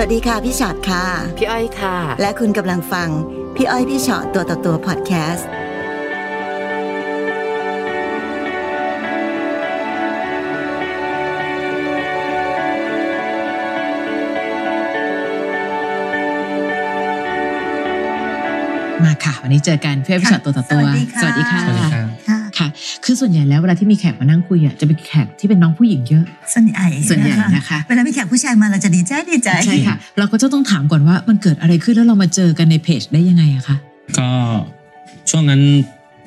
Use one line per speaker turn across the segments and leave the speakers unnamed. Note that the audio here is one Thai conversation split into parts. วัสดีค่ะ พี่ชอตค่ะ
พี่อ้อยค่ะ
และคุณกำลังฟัง พี่อ้อยพี่ชอตตัวต่อตัวพอดแคสต์
มาค่ะ วันนี้เจอกันเพื่อนพี่ชอตตัวต่อตัว
สวัสดีค่ะ
ค่ะ
สวัสดีครับ
ค่ะ
ค่ะ คือส่วนใหญ่แล้วเวลาที่มีแขกมานั่งคุยอ่ะจะเป็นแขกที่เป็นน้องผู้หญิงเยอะ
ส่วนใหญ่
ส่วนใหญ่นะคะ
เวลามีแขกผู้ชายมาเราจะดีใจดีใจ
ใช่ค่ะ เราก็จะต้องถามก่อนว่ามันเกิดอะไรขึ้นแล้วเรามาเจอกันในเพจได้ยังไงอะคะ
ก็ช่วงนั้น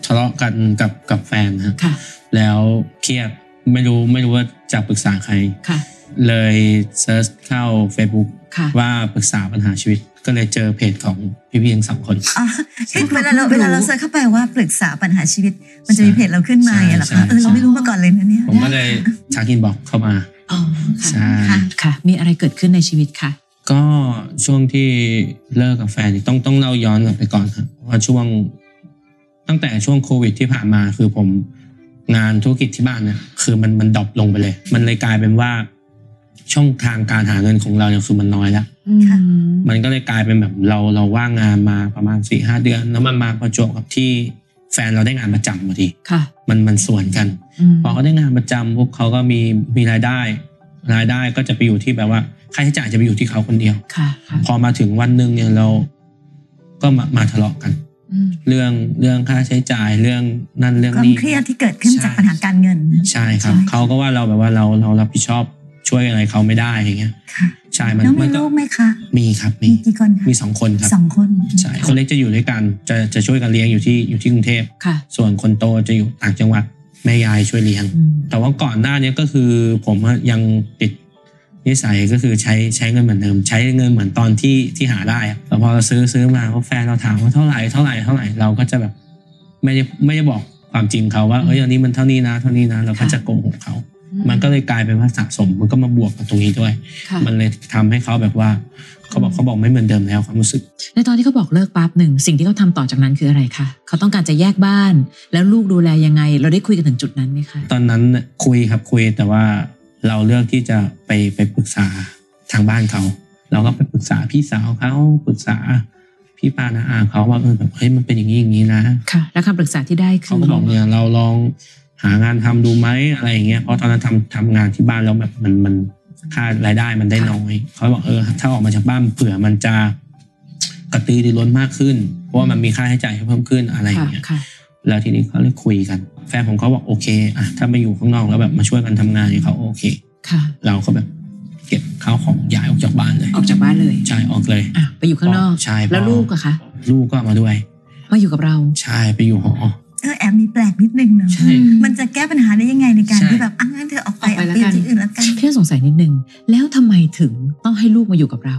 ทะเลาะกันกับกับแฟนฮะ
ค่ะ
แล้วเครียดไม่รู้ไม่รู้ว่าจะปรึกษาใคร
ค่ะ
เลยเซิร์ชเข้า Facebook
ค่ะ
ว่าปรึกษาปัญหาชีวิต ก็เลยเจอเพจของพี่พี่ทั้งสองคน
อ๋อ
ใช่
เวลาเรา
เพิ่
เว
ง
ลา
รู้
เราเซิร์ชเข้าไปว่าปรึกษาปัญหาชีวิต มันจะมี
ใช่
เพจเราขึ้นมาอย่างเงี้ยเหรอ
ใช่
คะเออ
ใช่
เราไม่รู้มาก่อนเลยนะเนี่ย
ผมก็เลยชักอินบอกเข้ามา
อ๋อ
ใช่
ค่ะค่ะค่ะ มีอะไรเกิดขึ้นในชีวิตคะ
ก็ช่วงที่เลิกกับแฟนต้องต้องเล่าย้อนกลับไปก่อนครับว่าช่วงตั้งแต่ช่วงโควิดที่ผ่านมาคือผมงานธุรกิจที่บ้านเนี่ยคือมันมันดรอปลงไปเลย มันเลยกลายเป็นว่า ช่องทางการหาเงินของเราเนี่ยคือมันน้อยแล้ว มันก็เลยกลายเป็นแบบเราเราว่างงานมาประมาณสี่ห้าเดือน แล้วมันมาประจวบกับที่แฟนเราได้งานประจำพอดี
ค่ะ
มันมันส่วนกัน
ม
พอเขาได้งานประจำพวกเขาก็มีมีรายได้ รายได้ก็จะไปอยู่ที่แบบว่าค่าใช้จ่ายจะไปอยู่ที่เขาคนเดียว
ค่ะค่ะ
พอมาถึงวันหนึ่งเนี่ยเราก็มามาทะเลาะกัน
อืม
เรื่องเรื่องค่าใช้จ่ายเรื่องนั่นเรื่อง
ความ
นี้
เครียดที่เกิดขึ้น
ใช่
จากปัญหาการเงิน
ใช่ครับ
ใช่
เขาก็ว่าเราแบบว่าเราเรารับผิดชอบช่วยอะไรเขาไม่ได้อย่างเงี้ย
ค่ะ
ใช่มัน
น้อง
มั
มี
นก็
ลูกไหมคะ
มีครับมี
มีกี่คนคะ
มีสองคนครับ
สองคน
ใช่คนเล็กจะอยู่ด้วยกันจะจะช่วยกันเลี้ยงอยู่ที่อยู่ที่กรุงเทพ
ค่ะ
ส่วนคนโตจะอยู่ต่างจังหวัดแม่ยายช่วยเลี้ยง
อืม
แต่ว่าก่อนหน้าเนี้ยก็คือผมอะยังติดนิสัยก็คือใช้ใช้เงินเหมือนเดิม ใช้เงินเหมือนตอนที่ที่หาได้อะแต่พอเราซื้อซื้อมาเพราะแฟนเราถามว่าเท่าไหร่เท่าไหร่เท่าไหร่เราก็จะแบบไม่ได้ไม่ได้บอกความจริงเขาว่าเอ้ยอันนี้มันเท่านี้นะเท่านี้นะเราก็จะโกหกเขา มันก็เลยกลายเป็นว่าสะสมมันก็มาบวกกับตรงนี้ด้วย
ค่ะ
มันเลยทำให้เขาแบบว่าเขาบอกเขาบอกไม่เหมือนเดิมแล้วความรู้สึก
ในตอนที่เขาบอกเลิกปั๊บหนึ่งสิ่งที่เขาทำต่อจากนั้นคืออะไรคะเขาต้องการจะแยกบ้าน แล้วลูกดูแลยังไง เราได้คุยกันถึงจุดนั้นไหมคะ
ตอนนั้นเนี่ยคุยครับคุยแต่ว่าเราเลือกที่จะไปไปปรึกษาทางบ้านเขา เราก็ไปปรึกษาพี่สาวเขาปรึกษาพี่ปานาอาเขาว่าเออแบบเฮ้ยมันเป็นอย่างนี้อย่างนี้นะ
ค่ะ แล้วคำปรึกษาที่ได้คื
เขา
อ
ก็บอกเนี่ยเราลองหางานทำดูไหมอะไรอย่างเงี้ยเพราะตอนนั้นทำทำงานที่บ้านแล้วแบบมันมันค่ารายได้มันได้น้อยเขาบอกเออถ้าออกมาจากบ้านเผื่อมันจะกระตือรือร้นมากขึ้น เพราะว่ามันมีค่าใช้จ่ายที่เพิ่มขึ้นอะไรอ
ค่ะ
ย่างเงี้ย
ค่ะ
แล้วทีนี้เขาเลยคุยกัน แฟนผมเขาบอกโอเคอะถ้ามาอยู่ข้างนอกแล้วแบบมาช่วยกันทำงานเนี่ยเขาโอเค
ค่ะ
เราก็แบบเก็บข้าวของย้ายออกจากบ้านเลย
ออกจากบ้านเลย
ใช่ออกเลย
อ่ะไปอยู่ข้างนอก
ใช่พ่อ
แล้วลูกอะคะ
ลูกก็เอามาด้วย
มาอยู่กับเรา
ใช่ไปอยู่หอ
เออแอบมีแปลกนิดนึงเนาะ
ใช่
มันจะแก้ปัญหาได้ยังไงในการ
ใช่
ที่แบบอ่ะงั้นเธอออกไป
ออก
เอา
ไป
ไป
แล้วกัน
ที่อื่นแล้วกัน
เพี่สงสัยนิดนึง แล้วทำไมถึงต้องให้ลูกมาอยู่กับเรา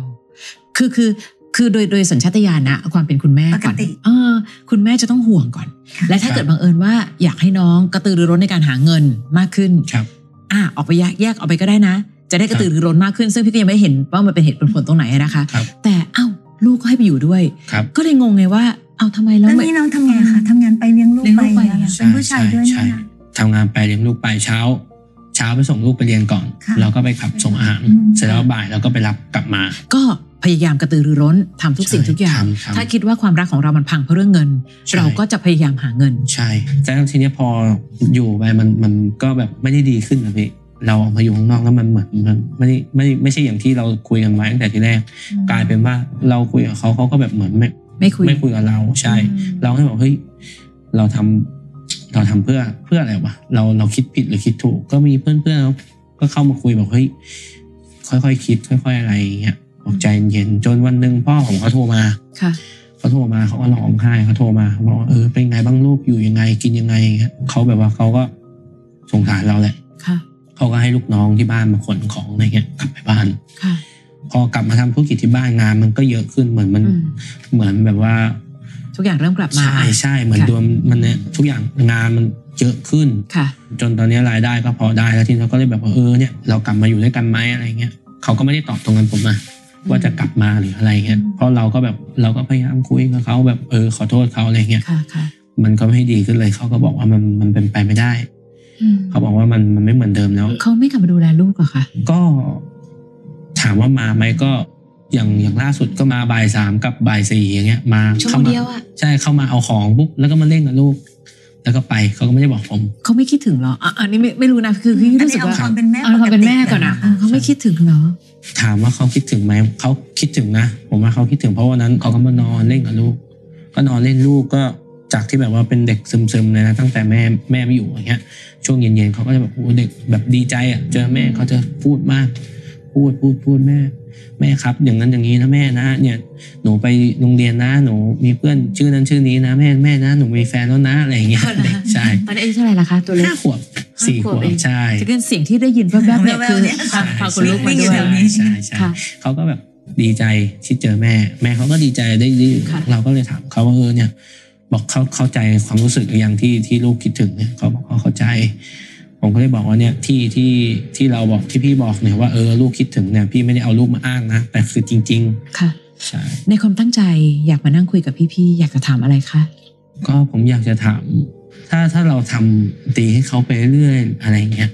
คือคือคือโดยโดยสัญชาตญาณนะความเป็นคุณแม่ก่อน
ปกติ
เออคุณแม่จะต้องห่วงก่อน
ค่ะ
และถ้าเกิดบังเอิญว่าอยากให้น้องกระตือรือร้นในการหาเงินมากขึ้น
ครับ
อ่ะออกไปแยกแยกออกไปก็ได้นะ จะได้กระตือรือร้นมากขึ้น ซึ่งพี่ก็ยังไม่เห็นว่ามันเป็นเหตุเป็นผลตรงไหนนะคะ
ครับ
แต่เอ้าลูกก็ให้ไปอยู่ด้วย
ครับ
ก็เลยงงไงว่า เอาทำไมแล้
แล้ว ว
ไม่
นี่น้องทำไงคะทำงานไปเลี้ยงลูก
เลี้ยง
ไป
ลูกไป
แล้วเป็นผู้ชายด้วย
ใช่
นะ
ใช่ ทำงานไปเลี้ยงลูกไปเช้า เช้าไปส่งลูกไปเรียนก่อน
ค่ะ
เราก็ไปขับส่งอาหาร
อืม
เสร็จแล้วบ่ายเราก็ไปรับกลับมา
ก็พยายามกระตือรือร้นทำทุกสิ่ง
ใช่
ทุกอย่าง
ทำทำ
ถ้าคิดว่าความรักของเรามันพังเพราะเรื่องเงิน
ใช่
เราก็จะพยายามหาเงิน
ใช่ แต่ทีเนี้ยพออยู่ไปมันมันก็แบบไม่ได้ดีขึ้นนะพี่ เราออกมาอยู่ข้างนอกแล้วมันเหมือนมันไม่ได้ไม่ไม่ใช่อย่างที่เราคุยกันไว้ตั้งแต่ทีแรก กลายเป็นว่าเราคุยกับเขาเขาก็แบบเหมือนไม่
ไม่คุย
ไม่คุยกับเราใช่ เราก็เลยบอกเฮ้ยเราทำเราทำเพื่อเพื่ออะไรวะเราเราคิดผิดหรือคิดถูก ก็มีเพื่อนเพื่อนๆก็เข้ามาคุยบอกเฮ้ยค่อยๆคิด ค่อย ๆ อะไรอย่างเงี้ยบอกใจเย็นๆจนวันหนึ่งพ่อของเขาโทรมา
ค่ะ
เขาโทรมาเขาก็ร้องไห้เขาโทรมาเขาบอกว่าเออเป็นไงบ้างลูกอยู่ยังไงกินยังไงอย่างเงี้ยเขาแบบว่าเขาก็สงสารเราแหละ
ค่ะ
เขาก็ให้ลูกน้องที่บ้านมาขนของอะไรเงี้ยกลับไปบ้าน
ค่ะ
พอกลับมาทำธุรกิจที่บ้านงาน มันก็เยอะขึ้นเหมือนมัน
อืม
เหมือนแบบว่า
ทุกอย่างเริ่มกลับมา
ใช่ใช่เหมือนดวงมันเนี่ยทุกอย่างงานมันเยอะขึ้น
ค่ะ
จนตอนนี้รายได้ก็พอได้แล้วทีนี้เราก็เลยแบบว่าเออเนี่ยเรากลับมาอยู่ด้วยกันไหมอะไรเงี้ยเขาก็ไม่ได้ตอบตรงกันผมมาว่าจะกลับมาหรืออะไรเงี้ยเพราะเราก็แบบเราก็พยายามคุยกับเขาแบบเออขอโทษเขาอะไรเงี้ย
ค่ะ ค่ะ
มันก็ไม่ดีขึ้นเลย เขาก็บอกว่ามันมันเป็นไปไม่ได้ เขาบอกว่ามันมันไม่เหมือนเดิมแล้ว
เขาไม่กลับมาดูแลลูกเหรอคะ
ก็ถามว่ามาไหมก็ อย่างอย่างล่าสุดก็มาบ่ายสามกับบ่ายสี่อย่างเงี้ยมา
ชั่วโม
เข้างมา
เดียวอ่ะ
ใช่เข้ามาเอาของปุ๊บแล้วก็มาเล่นกับลูก แล้วก็ไปเขาก็ไม่ได้บอกผม
เขาไม่คิดถึงเหรออ่ะอันนี้ไม่ไม่รู้นะคือคือรู้สึกว่า
อันนี้เอความเป็นแม่
เอาความเป็นแม่ก่อนอ่ะเออเขาไม่คิดถึงเหรอ
ถามว่าเขาคิดถึงไหมเขาคิดถึงนะ ผมว่าเขาคิดถึงเพราะวันนั้นเขาก็มานอนเล่นกับลูก ก็นอนเล่นลูกก็จากที่แบบว่าเป็นเด็กซึมๆเลยนะตั้งแต่แม่แม่ไม่อยู่อย่างเงี้ยช่วงเย็นๆเขาก็จะแบบโอ้เด็กแบบดีใจอ่ะเจอแม่เขาจะพูดมาก พูดพูดพูดแม่ แม่ครับ อย่างนั้นอย่างนี้นะแม่นะ เนี่ยหนูไปโรงเรียนนะ หนูมีเพื่อนชื่อนั้นชื่อนี้นะแม่แม่นะ หนูมีแฟนแล้วนะอะไรอย่า งเงี้ยเด็กใช่
ตอนนี้อายุเท่าไหร่ละคะตัวเล็ก
ห้าขวบสี่ขว
ห้าขว
บบ
เอง
ใช่
จะเกินเสียงที่ได้ยินแวบๆเนี่ยคือพาพาคนลุกมาด้ว
แถ
ย
นี้
ใช่ใช่
ค่ะ
เขาก็แบบดีใจที่เจอแม่ แม่เขาก็ดีใจได้ได้
ค่ะ
เราก็เลยถามเขาว่าเออเนี่ย บอกเขาเข้าใจความรู้สึกหรือยังที่ที่ลูกคิดถึงเนี่ยเขาบอกเขาเข้าใจ ผมก็เลยบอกว่าเนี่ยที่ที่ที่เราบอกที่พี่บอกเนี่ยว่าเออลูกคิดถึงเนี่ยพี่ไม่ได้เอาลูกมาอ้างนะแต่คือจริง
ค่ะ
ๆ ใช่
ในความตั้งใจอยากมานั่งคุยกับพี่ๆอยากจะถามอะไรคะ
ก็ผมอยากจะถาม ถ้าถ้าเราทำดีให้เขาไปเรื่อยๆอะไรอย่างเงี้ย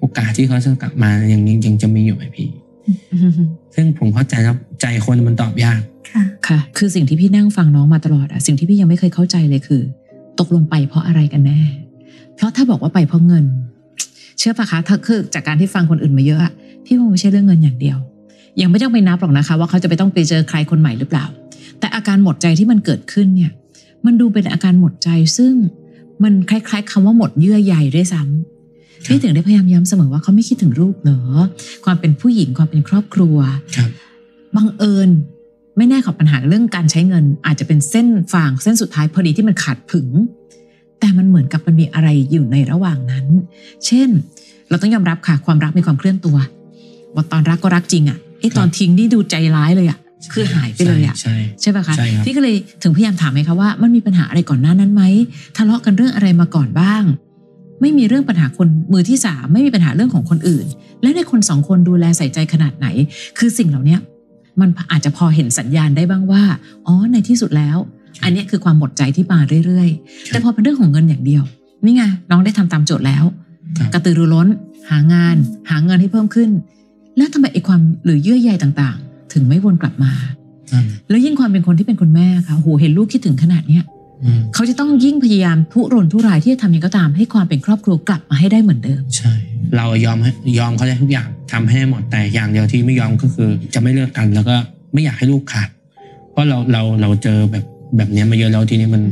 โอกาสที่เขาจะกลับมาอย่างนี้ยังจะมีอยู่ไหมพี่ ซึ่งผมเข้าใจครับใจคนมันตอบยาก
ค่ะ
ค่ะ คือสิ่งที่พี่นั่งฟังน้องมาตลอดอะสิ่งที่พี่ยังไม่เคยเข้าใจเลยคือ ตกลงไปเพราะอะไรกันแน่ เพราะถ้าบอกว่าไปเพราะเงิน เชื่อปะคะถ้าคือจากการที่ฟังคนอื่นมาเยอะอะพี่ว่ามันไม่ใช่เรื่องเงินอย่างเดียว ยังไม่ต้องไปนับหรอกนะคะ ว่าเขาจะไปต้องไปเจอใครคนใหม่หรือเปล่า แต่อาการหมดใจที่มันเกิดขึ้นเนี่ย มันดูเป็นอาการหมดใจซึ่งมันคล้ายๆคำว่าหมดเยื่อใยด้วยซ้ำ
ครับ
พี่ถึงได้พยายามย้ำเสมอว่าเขาไม่คิดถึงลูกเหรอความเป็นผู้หญิงความเป็นครอบครัว
ครับ
บังเอิญ ไม่แน่ของปัญหาเรื่องการใช้เงิน อาจจะเป็นเส้นฟางเส้นสุดท้ายพอดีที่มันขาดผึง แต่มันเหมือนกับมันมีอะไรอยู่ในระหว่างนั้น เช่น เราต้องยอมรับค่ะความรักมีความเคลื่อนตัวว่าตอนรักก็รักจริงอะ่ะไอ้
ครับ
ตอนทิ้งนี่ดูใจร้ายเลยอะ่ะ คือหายไปเลยอะ่ะ
ใช่
ใช่ปะคะ
ใช่ครับ
พี่ก็เลยถึงพยายามถามไงคะว่ามันมีปัญหาอะไรก่อนหน้านั้นไหมทะเลาะกันเรื่องอะไรมาก่อนบ้าง ไม่มีเรื่องปัญหาคนมือที่สามไม่มีปัญหาเรื่องของคนอื่น และในคนสองคนดูแลใส่ใจขนาดไหน คือสิ่งเหล่าเนี้ยมันอาจจะพอเห็นสัญญาณได้บ้างว่า อ๋อ ในที่สุดแล้ว อันเนี้ยคือความหมดใจที่มาเรื่อยๆ แต่พอเป็นเรื่องของเงินอย่างเดียว นี่ไงน้องได้ทำตามโจทย์แล้ว
ครับ
กระตือรือร้น หางาน หาเงินให้เพิ่มขึ้น แล้วทำไมไอ้ความหรือเยื่อใยต่างๆ ถึงไม่วนกลับมา
นั่น
แล้วยิ่งความเป็นคนที่เป็นคุณแม่ค่ะโหเห็นลูกคิดถึงขนาดเนี้ย
อืม
เขาจะต้องยิ่งพยายามทุรนทุรายที่จะทำยังไงก็ตามให้ความเป็นครอบครัวกลับมาให้ได้เหมือนเดิม
ใช่ เรายอมให้ยอมเขาได้ทุกอย่างทำให้ได้หมดแต่อย่างเดียวที่ไม่ยอมก็คือ จะไม่เลิกกันแล้วก็ไม่อยากให้ลูกขาด เพราะเราเราเราเจอแบบแบบเนี้ยมาเยอะแล้วทีนี้มัน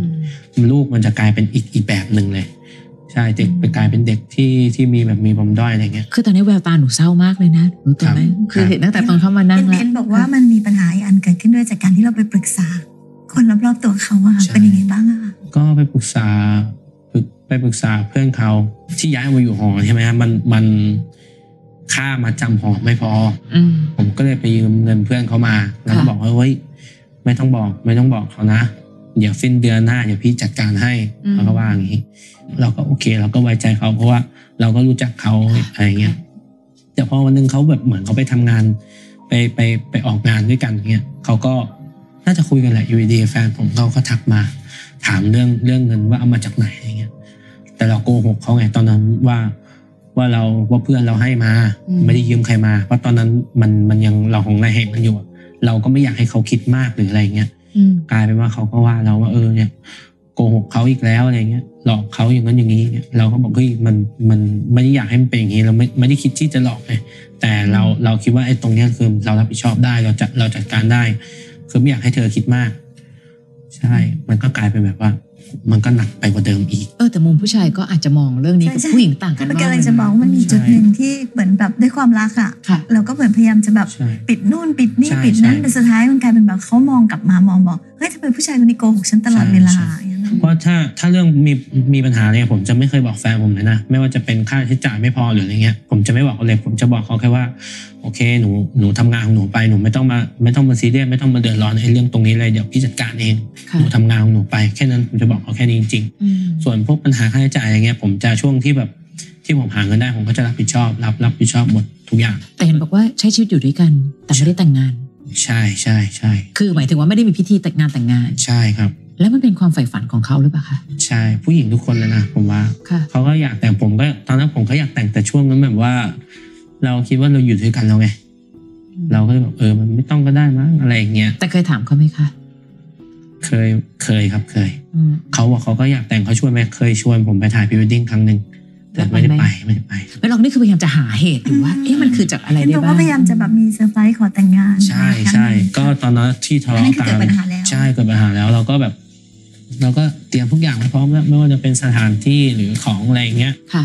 ลูกมันจะกลายเป็นอีกอีกแบบหนึ่งเลย ใช่เด็กไปกลายเป็นเด็กที่ที่มีแบบมีปมด้อยอะไรเงี้ย
คือตอนนี้แววตาหนูเศร้ามากเลยนะหนูตัวไหม
ครับ
คือเห็นตั้งแต่ตอนเข้ามานั่ง
เป็น
แล้
เอ็
วน
บอกว่ามันมีปัญหาอีกอันเกิดขึ้นด้วยจากการที่เราไปปรึกษา คนรอบๆตัวเขาอะค่ะ
ใช่
เป็นยังไงบ้างอะคะ
ก็ไปปรึกษาปรึกไปปรึกษาเพื่อนเขาที่ย้ายมาอยู่หอใช่ไหมฮะมันมันค่ามาจำหอไม่พอ
อืม
ผมก็เลยไปยืมเงินเพื่อนเขามา แล้วก็
ค่ะ
บอกว่าเฮ้ยไม่ต้องบอกไม่ต้องบอกเขานะเดี๋ยวสิ้นเดือนหน้าเดี๋ยวพี่จัดการให้เขาก็ว่าอย่างนี้ เราก็โอเค เราก็ไว้ใจเขาเพราะว่าเราก็รู้จักเขาอะไรเงี้ยแต่พอวันหนึงเขาแบบเหมือนเขาไปทำงาน ไปไปไปออกงานด้วยกันเงี้ยเขาก็น่าจะคุยกันแหละอยูดีๆแฟนผมเขาก็ทักมา ถามเรื่องเรื่องเงินว่าเอามาจากไหนอะไรเงี้ย แต่เราโกหกเขาไงตอนนั้นว่าว่าเราว่าเพื่อนเราให้มา
อืม
ไม่ได้ยืมใครมา เพราะตอนนั้นมันมันยังเราของนายแหงกันอยู่อะเราก็ไม่อยากให้เขาคิดมากหรืออะไรเงี้ย
อืม
กลายเป็นว่าเขาก็ว่าเราว่าเออเนี่ยโกหกเขาอีกแล้วอะไรเงี้ยหลอกเขาอย่างนั้นอย่างนี้เนี่ยเราก็บอกเฮ้ยมันมันไม่ได้อยากให้มันเป็นอย่างนี้เราไม่ไม่ได้คิดที่จะหลอกไงแต่เราเราคิดว่าไอ้ตรงเนี้ยคือเรารับผิดชอบได้เราจะเราจัดการได้ คือไม่อยากให้เธอคิดมาก ใช่ มันก็กลายเป็นแบบว่า มันก็หนักไปกว่าเดิมอีก
เออแต่มุมผู้ชายก็อาจจะมองเรื่องนี้กับผู้หญิงต่างกัน
มัน
มาก
กำ
เล
ลั
ย
งจะ
นะ
บอกว่ามันมีจุดหนึ่งที่เหมือนแบบด้วยความรักอะ
ค่ะ
เราก็เหมือนพยายามจะแบบ
ใช่
ปิดนู่นปิดนี่
ใช่
ปิดนั่น
ใช่
แต่สุดท้ายมันกลายเป็นแบบเขามองกลับมามองบอกเฮ้ยทำไมผู้ชายคนนี้โกหกฉันตลอดเวลาอย่างเงี้ยนะ
เพราะถ้าถ้าเรื่องมีมีปัญหาเนี่ยผมจะไม่เคยบอกแฟนผมเลยนะ ไม่ว่าจะเป็นค่าใช้จ่ายไม่พอหรืออะไรเงี้ย ผมจะไม่บอกเขาเลย ผมจะบอกเขาแค่ว่า โอเคหนูหนูทำงานของหนูไปหนูไม่ต้องมาไม่ต้องมาซีเรียสไม่ต้องมาเดือดร้อนไอ้เรื่องตรงนี้เลยเดี๋ยวพี่จัดการเอง
ค่ะ
หนูทำงานของหนูไปแค่นั้นผมจะบอกเขาแค่นี้จริง
อืม
ๆส่วนพวกปัญหาค่าใช้จ่ายอะไรเงี้ย ผมจะช่วงที่แบบที่ผมหาเงินได้ผมก็จะรับผิดชอบ รับรับผิดชอบหมดทุกอย่าง
แต่เห็นบอกว่าใช้ชีวิตอยู่ด้วยกัน แต่ไม่ได้แต่งงาน
ใช่ใช่ใช่
คือหมายถึงว่าไม่ได้มีพิธีแต่งงานแต่งงาน
ใช่ครับ
แล้วมันเป็นความใฝ่ฝันของเขาหรือเปล่าคะ
ใช่ผู้หญิงทุกคนเลยนะผมว่า
ค่ะ
เขาก็อยากแต่งผมก็ตอนนั้นผมก็อยากแต่งแต่ช่วงนั้นแบบว่า เราคิดว่าเราอยู่ด้วยกันแล้วไง เราก็เลยแบบเออมันไม่ต้องก็ได้มั้งอะไรอย่างเงี้ย
แต่เคยถามเขาไหมคะ
เคยเคยครับเคย เขาบอกเขาก็อยากแต่งเขาชวนไหมเคยชวนผมไปถ่ายพรีเวดดิ้งครั้งหนึ่งแต่ไม่ได้ไปไม่ได้ไป
ไม่หรอกนี่คือพยายามจะหาเหตุอยู่ว่า เอ๊ะมันคือจากอะไรได้
เห็นบอก
บ้า
ว่าง พยายามจะแบบมีเซอร์ไพรส์ขอแต่งงาน
ใช่
นะคะ
ใช่ก็ตอนนั้นที่ทะ
อัน
เลาะ
นั้นคือ
กั
เกิด
น
ปัญหาแล้ว
ใช่เกิดปัญหาแล้วเราก็แบบ เราก็เตรียมทุกอย่างไว้พร้อมแล้วไม่ว่าจะเป็นสถานที่หรือของอะไรอย่างเงี้ย
ค่ะ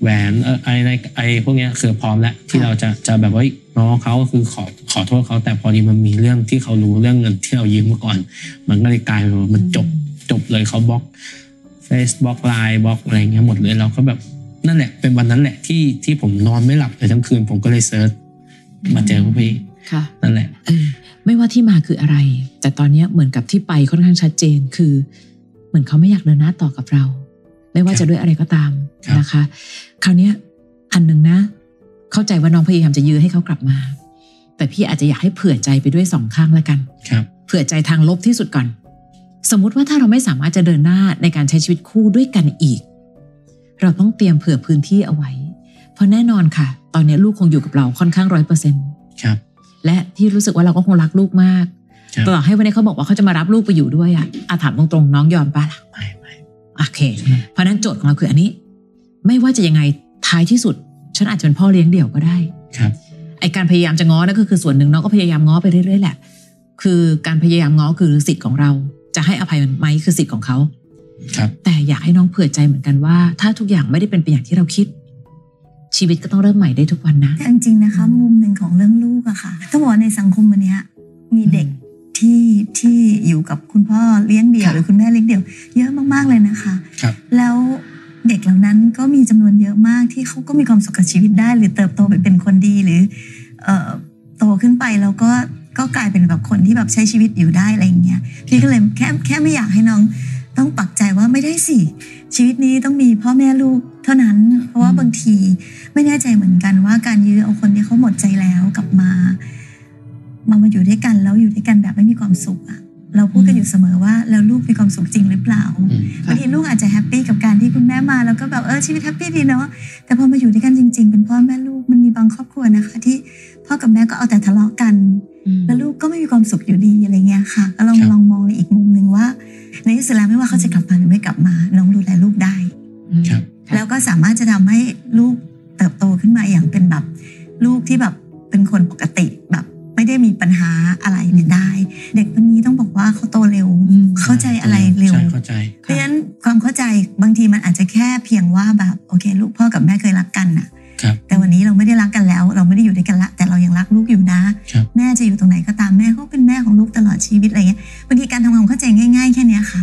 แหวนเออไอไอไอพวกเนี้ยคือพร้อมแล้วที่เราจะจะแบบว่าน้องเขาก็คือขอขอโทษเขาแต่พอดีมันมีเรื่องที่เขารู้เรื่องเงินที่เรายืมมาก่อน มันก็เลยกลายเป็นว่ามันจบจบเลยเขาบล็อกเฟซบล็อกไลน์บล็อกอะไรเงี้ยหมดเลยเราก็แบบนั่นแหละ เป็นวันนั้นแหละที่ที่ผมนอนไม่หลับเลยทั้งคืนผมก็เลยเซิร์ชมาเจอพวกพี่
ค่ะ
นั่นแหละ
เออไม่ว่าที่มาคืออะไร แต่ตอนเนี้ยเหมือนกับที่ไปค่อนข้างชัดเจนคือ เหมือนเขาไม่อยากเดินหน้าต่อกับเรา ไม่ว่า
ครับ
จะด้วยอะไรก็ตาม
ครับ
นะคะ คราวเนี้ยอันหนึ่งนะ เข้าใจว่าน้องพยายามจะยื้อให้เขากลับมา แต่พี่อาจจะอยากให้เผื่อใจไปด้วยสองข้างละกัน
ครับ
เผื่อใจทางลบที่สุดก่อน สมมุติว่าถ้าเราไม่สามารถจะเดินหน้าในการใช้ชีวิตคู่ด้วยกันอีก เราต้องเตรียมเผื่อพื้นที่เอาไว้ เพราะแน่นอนค่ะ ตอนเนี้ยลูกคงอยู่กับเราค่อนข้างร้อยเปอร์เซ็นต์
ครับ
และที่รู้สึกว่าเราก็คงรักลูกมาก
ครับ
ต่อให้วันนี้เขาบอกว่าเขาจะมารับลูกไปอยู่ด้วยอะอาถามตรงๆน้องยอมปะล่ะ
ไม่ไม่
โอเค
ใช่ไหม
เพราะฉะนั้นโจทย์ของเราคืออันนี้ ไม่ว่าจะยังไงท้ายที่สุด ฉันอาจจะเป็นพ่อเลี้ยงเดี่ยวก็ได้
ครับ
ไอการพยายามจะง้อนั่นก็คือส่วนหนึ่งน้องก็พยายามง้อไปเรื่อยๆแหละ คือการพยายามง้อคือสิทธิ์ของเรา จะให้อภัยมันไหมคือสิทธิ์ของเขา
ครับ
แต่อยากให้น้องเผื่อใจเหมือนกันว่า ถ้าทุกอย่างไม่ได้เป็นไปอย่างที่เราคิด ชีวิตก็ต้องเริ่มใหม่ได้ทุกวันนะ
แต่จริงๆนะคะ มุมหนึ่งของเรื่องลูกอะค่ะต้องบอกว่าในสังคมวันเนี้ยมีเด็กที่ที่อยู่กับคุณพ่อเลี้ยงเดี่ยวหรือคุณแม่เลี้ยงเดี่ยว เยอะมากๆเลยนะคะ
ครับ
แล้วเด็กเหล่านั้นก็มีจำนวนเยอะมากที่เขาก็มีความสุขกับชีวิตได้ หรือเติบโตไปเป็นคนดีหรือเอ่อโตขึ้นไปแล้วก็ก็กลายเป็นแบบคนที่แบบใช้ชีวิตอยู่ได้อะไรอย่างเงี้ยพี่ก็เลยแค่แค่ไม่อยากให้น้องต้องปักใจว่าไม่ได้สิชีวิตนี้ต้องมีพ่อแม่ลูกเท่านั้น เพราะว่าบางทีไม่แน่ใจเหมือนกันว่าการยื้อเอาคนที่เขาหมดใจแล้วกลับมามามาอยู่ด้วยกันแล้วอยู่ด้วยกันแบบไม่มีความสุขอะเราพูดกันอยู่เสมอว่าแล้วลูกมีความสุขจริงหรือเปล่า
อืม
บางทีลูกอาจจะแฮปปี้กับการที่คุณแม่มาแล้วก็แบบเออชีวิตแฮปปี้ดีเนาะแต่พอมาอยู่ด้วยกันจริง ๆ เป็นพ่อแม่ลูกมันมีบางครอบครัวนะคะ ที่พ่อกับแม่ก็เอาแต่ทะเลาะกัน แล้วลูกก็ไม่มีความสุขอยู่ดีอะไรเงี้ยค่ะก็ลอง
ครับ
ลองมองในอีกมุมหนึ่งว่า ในที่สุดแล้วไม่ว่าเขาจะกลับมาหรือไม่กลับมา น้องดูแลลูกได้
อืม
ครับ
ค่ะ
แล้วก็สามารถจะทำให้ลูกเติบโตขึ้นมาอย่างเป็นแบบ ลูกที่แบบเป็นคนปกติแบบ ไม่ได้มีปัญหาอะไรเนี่ยได้ เด็กคนนี้ต้องบอกว่าเขาโตเร็ว
อืม
เข้าใจอะไรเร็ว
ใช่เข้าใจ
เพ
ค่ะ
ราะฉะนั้นความเข้าใจบางทีมันอาจจะแค่เพียงว่าแบบโอเค ลูกพ่อกับแม่เคยรักกันน่ะ
ครับ
แต่วันนี้เราไม่ได้รักกันแล้ว เราไม่ได้อยู่ด้วยกันละ แต่เรายังรักลูกอยู่นะ
ครับ
แม่จะอยู่ตรงไหนก็ตามแม่เขาเป็นแม่ของลูกตลอดชีวิตอะไรเงี้ยบางทีการทำความเข้าใจง่าย ๆ แค่เนี้ยค่ะ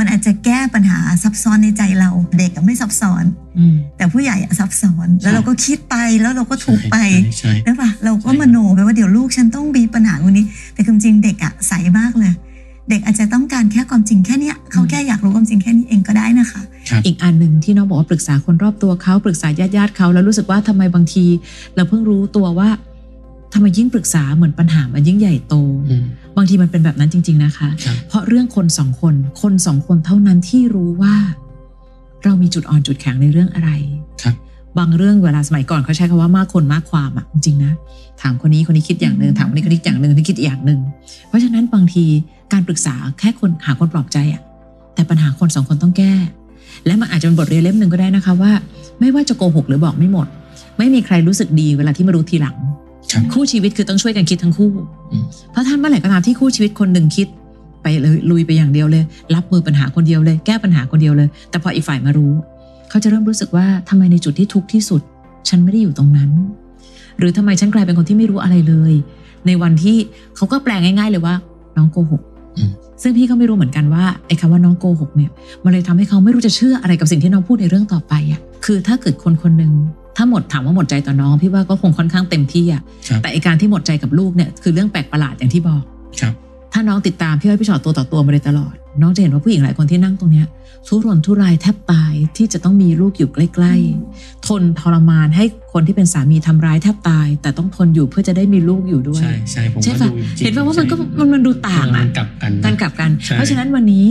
มันอาจจะแก้ปัญหาซับซ้อนในใจเราเด็กอะไม่ซับซ้อน
อืม
แต่ผู้ใหญ่อะซับซ้อน แล้วเราก็คิดไปแล้วเราก็ถูกไป
ใช่ใช่
ได้ปะเราก็
ใช่ครับ
มโนไปว่าเดี๋ยวลูกฉันต้องมีปัญหาวันนี้ แต่ความจริงเด็กอะใสมากเลย เด็กอาจจะต้องการแค่ความจริงแค่เนี้ยเขาแค่อยากรู้ความจริงแค่นี้เองก็ได้นะคะ
อีกอันหนึ่งที่น้องบอกว่าปรึกษาคนรอบตัวเขาปรึกษาญาติญาติๆเขาแล้วรู้สึกว่าทำไมบางที เราเพิ่งรู้ตัวว่าทำไมยิ่งปรึกษาเหมือนปัญหามันยิ่งใหญ่โต
อืม
บางทีมันเป็นแบบนั้นจริง ๆนะคะ
ครับ
เพราะเรื่องคนสองคนคนสองคนเท่านั้นที่รู้ว่า เรามีจุดอ่อนจุดแข็งในเรื่องอะไร
ครับ
บางเรื่องเวลาสมัยก่อนเขาใช้คำว่ามากคนมากความอ่ะจริงๆนะถามคนนี้คนนี้คิดอย่างหนึ่งถามคนนี้คนนี้คิดอย่างหนึ่งคนนี้คิดอีกอย่างหนึ่งเพราะฉะนั้นบางทีการปรึกษาแค่คนหาคนปลอบใจอ่ะแต่ปัญหาคนสองคนต้องแก้ และมันอาจจะเป็นบทเรียนเล่มหนึ่งก็ได้นะคะว่า ไม่ว่าจะโกหกหรือบอกไม่หมด ไม่มีใครรู้สึกดีเวลาที่มารู้ทีหลัง
ครับ
คู่ชีวิตคือต้องช่วยกันคิดทั้งคู่
อืม
เพราะท่านเมื่อไหร่ก็ตามที่คู่ชีวิตคนหนึ่งคิด ไปเลยลุยไปอย่างเดียวเลย รับมือปัญหาคนเดียวเลย แก้ปัญหาคนเดียวเลย แต่พออีกฝ่ายมารู้ เขาจะเริ่มรู้สึกว่าทำไมในจุดที่ทุกข์ที่สุด ฉันไม่ได้อยู่ตรงนั้น หรือทำไมฉันกลายเป็นคนที่ไม่รู้อะไรเลย ในวันที่เขาก็แปลงง่าย ๆ เลยว่า น้องโกหก
อืม
ซึ่งพี่ก็ไม่รู้เหมือนกันว่าไอ้คำว่าน้องโกหกเนี่ย มันเลยทำให้เขาไม่รู้จะเชื่ออะไรกับสิ่งที่น้องพูดในเรื่องต่อไปอ่ะคือถ้าเกิดคนคนหนึ่งถ้าหมดถามว่าหมดใจต่อน้องพี่ว่าก็คงค่อนข้างเต็มที่อ่ะ
ครับ
แต่ไอการที่หมดใจกับลูกเนี่ยคือเรื่องแปลกประหลาดอย่างที่บอก
ครับ
ถ้าน้องติดตามพี่อ้อยพี่ชอตตัวต่อตัวมาโดยตลอด น้องจะเห็นว่าผู้หญิงหลายคนที่นั่งตรงเนี้ยทุรนทุรายแทบตายที่จะต้องมีลูกอยู่ใกล้ๆ ทนทรมานให้คนที่เป็นสามีทำร้ายแทบตาย แต่ต้องทนอยู่เพื่อจะได้มีลูกอยู่ด้วย
ใช่ใช่ผม
ใช่
ก็
ปะ
ดูจริง
เห็นปะว่ามันก็
ใช่
มันมันดูต่างอะ
มันกลับกันนะ
การกลับกัน
ใช่
เพราะฉะนั้นวันนี้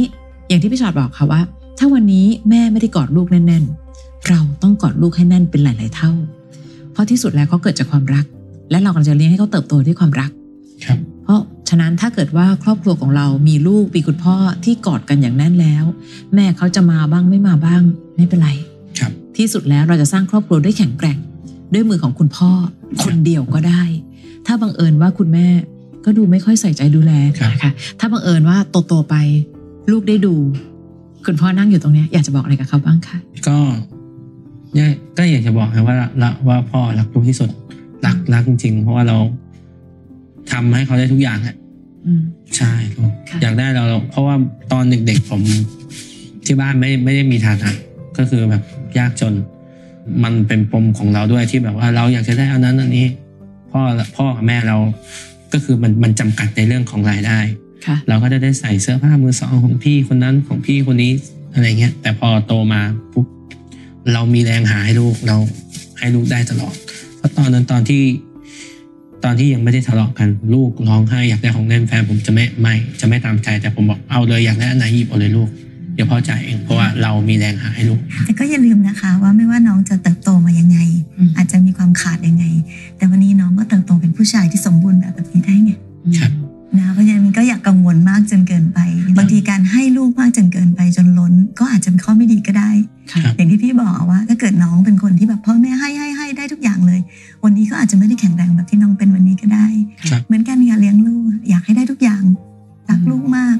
อย่างที่พี่ชอตบอกค่ะว่า ถ้าวันนี้แม่ไม่ได้กอดลูกแน่น ๆ เราต้องกอดลูกให้แน่นเป็นหลาย ๆ เท่า เพราะที่สุดแล้วเขาเกิดจากความรัก และเรากำลังจะเลี้ยงให้เขาเติบโตด้วยความรัก
ครับ
เพราะฉะนั้นถ้าเกิดว่าครอบครัวของเรามีลูกมีคุณพ่อที่กอดกันอย่างแน่นแล้ว แม่เขาจะมาบ้างไม่มาบ้างไม่เป็นไร
ครับ
ที่สุดแล้วเราจะสร้างครอบครัวด้วยแข็งแกร่ง ด้วยมือของคุณพ่อคนเดียวก็ได้ ถ้าบังเอิญว่าคุณแม่ก็ดูไม่ค่อยใส่ใจดูแล
ครับ
นะคะถ้าบังเอิญว่าโตๆไป ลูกได้ดู คุณพ่อนั่งอยู่ตรงเนี้ยอยากจะบอกอะไรกับเขาบ้างคะ
ก็เนี่ยก็อยากจะบอกนะว่าละว่าพ่อรักลูกที่สุด รักรักจริงๆ เพราะว่าเราทำให้เขาได้ทุกอย่างอะ
อืม
ใช่ครับ
ค่ะ
อยากได้เราเราเพราะว่าตอนเด็กๆผมที่บ้านไม่ไม่ได้มีฐานะก็คือแบบยากจน มันเป็นปมของเราด้วยที่แบบว่าเราอยากจะได้อันนั้นอันนี้ พ่อพ่อกับแม่เราก็คือมันมันจำกัดในเรื่องของรายได้
ค่ะ
เราก็จะได้ใส่เสื้อผ้ามือสองของพี่คนนั้นของพี่คนนี้อะไรเงี้ยแต่พอโตมาปุ๊บเรามีแรงหาให้ลูกเราให้ลูกได้ตลอดเพราะตอนนั้นตอนที่ตอนที่ยังไม่ได้ทะเลาะกันลูกร้องไห้อยากได้ของเล่นแฟนผมจะไม่ไม่จะไม่ตามใจแต่ผมบอกเอาเลยอยากได้อันไหนหยิบเอาเลยลูกเดี๋ยวพ่อจ่ายเองเพราะว่าเรามีแรงหาให้ลูก
แต่ก็อย่าลืมนะคะ ว่าไม่ว่าน้องจะเติบโตมายังไง
อืม
อาจจะมีความขาดยังไง แต่วันนี้น้องก็เติบโตเป็นผู้ชายที่สมบูรณ์แบบแบบนี้ได้ไง
ครับ
นะเพราะฉะนั้นก็อย่ากกังวลมากจนเกินไป บางทีการให้ลูกมากจนเกินไปจนล้น ก็อาจจะเป็นข้อไม่ดีก็ได้
ค่ะ
ครับ
อย่างที่พี่บอกอะว่าถ้าเกิดน้องเป็นคนที่แบบพ่อแม่ให้ให้ให้ได้ทุกอย่างเลย วันนี้ก็อาจจะไม่ได้แข็งแรงแบบที่น้องเป็นวันนี้ก็ได้
ครับ
เหมือนกันการเลี้ยงลูกอยากให้ได้ทุกอย่างรักลูกมาก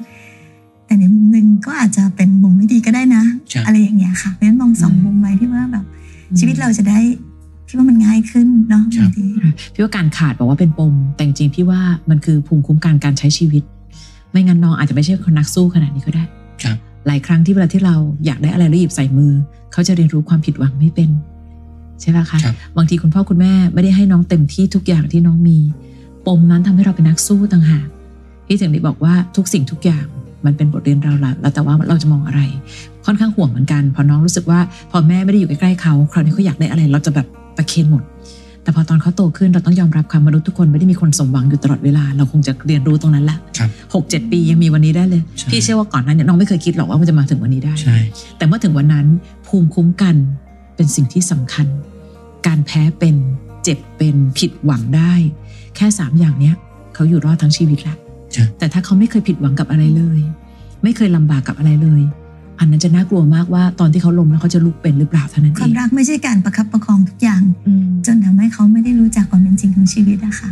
แต่ในมุมหนึ่งก็อาจจะเป็นมุมไม่ดีก็ได้นะ
ใช่
อะไรอย่างเงี้ยค่ะเพราะฉะนั้นมองสองมุมไว้ที่ว่าแบบ ชีวิตเราจะได้พี่ว่ามันง่ายขึ้นเนาะ
ใช่
บางที
ค่ะพี่ว่าการขาดบอกว่าเป็นปม แต่จริงๆพี่ว่ามันคือภูมิคุ้มกันการใช้ชีวิต ไม่งั้นน้องอาจจะไม่ใช่คนนักสู้ขนาดนี้ก็ได้
ครับ
หลายครั้งที่เวลาที่เราอยากได้อะไรแล้วหยิบใส่มือ เขาจะเรียนรู้ความผิดหวังไม่เป็น ใช่ปะคะ
ครับ
บางทีคุณพ่อคุณแม่ไม่ได้ให้น้องเต็มที่ทุกอย่างที่น้องมี ปมนั้นทำให้เราเป็นนักสู้ต่างหากที่ถึงได้บอกว่าทุกสิ่งทุกอย่างมันเป็นบทเรียนเราละแล้วแต่ว่าเราจะมองอะไร ค่อนข้างห่วงเหมือนกัน พอน้องรู้สึกว่า พอแม่ไม่ได้อยู่ใกล้ๆเขาคราวนี้เขาอยากได้อะไร เราจะแบบประเคนหมด แต่พอตอนเขาโตขึ้นเราต้องยอมรับความมนุษย์ทุกคนไม่ได้มีคนสมหวังอยู่ตลอดเวลา เราคงจะเรียนรู้ตรงนั้นแหละ
ครับ
หกเจ็ดปียังมีวันนี้ได้เลย
ใช่
พี่เชื่อว่าก่อนหนั้นเนี่ยน้องไม่เคยคิดหรอกว่ามันจะมาถึงวันนี้ได้
ใช่
แต่เมื่อถึงวันนั้นภูมิคุ้มกันเป็นสิ่งที่สำคัญ การแพ้เป็นเจ็บเป็นผิดหวังได้ แค่สามอย่างเนี้ยเขาอยู่รอดทั้งชีวิตแหละ
ใช่
แต่ถ้าเขาไม่เคยผิดหวังกับอะไรเลย ไม่เคยลำบากกับอะไรเลย อันนั้นจะน่ากลัวมากว่าตอนที่เขาล้มแล้วเขาจะลุกเป็นหรือเปล่าเท่านั้น
ค
เอ
วาม
ง
รักไม่ใช่การประคับประคองทุกอย่าง
อืม
จนทำให้เขาไม่ได้รู้จักความเป็นจริงของชีวิตอะค่ะ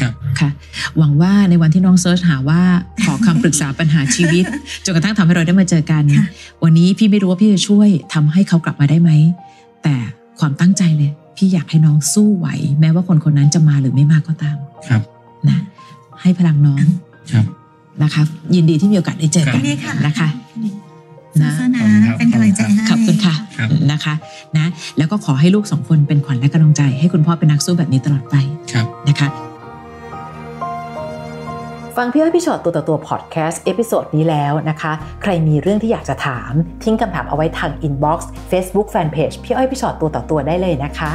ครับ
ค่ะหวังว่าในวันที่น้องเซิร์ชหาว่าขอคำปรึกษาปัญหาชีวิต จนกระทั่งทำให้เราได้มาเจอกัน
ค่ะ
วันนี้พี่ไม่รู้ว่าพี่จะช่วยทำให้เขากลับมาได้ไหม แต่ความตั้งใจเลย พี่อยากให้น้องสู้ไหว แม้ว่าคนคนนั้นจะมาหรือไม่มาก็ตาม
ครับ
นะให้พลังน้อง
ครับ
นะคะยินดีที่มีโอกาสได้เจอ
ครั
กับ น
นี่ค่ะ
นะคะนะ
สู้ๆนะเป็นกำลังใจให้
ขอบคุณค่ะ
ครับ
นะคะนะแล้วก็ขอให้ลูกสองคนเป็นขวัญและกำลังใจ ให้คุณพ่อเป็นนักสู้แบบนี้ตลอดไป
ครับ
นะคะฟังพี่อ้อยพี่ชอตตัวต่อตัวพอดแคสต์เอพิโซดนี้แล้วนะคะ ใครมีเรื่องที่อยากจะถาม ทิ้งคำถามเอาไว้ทางอินบ็อกซ์เฟซบุ๊กแฟนเพจพี่อ้อยพี่ชอตตัวต่อตัวได้เลยนะคะ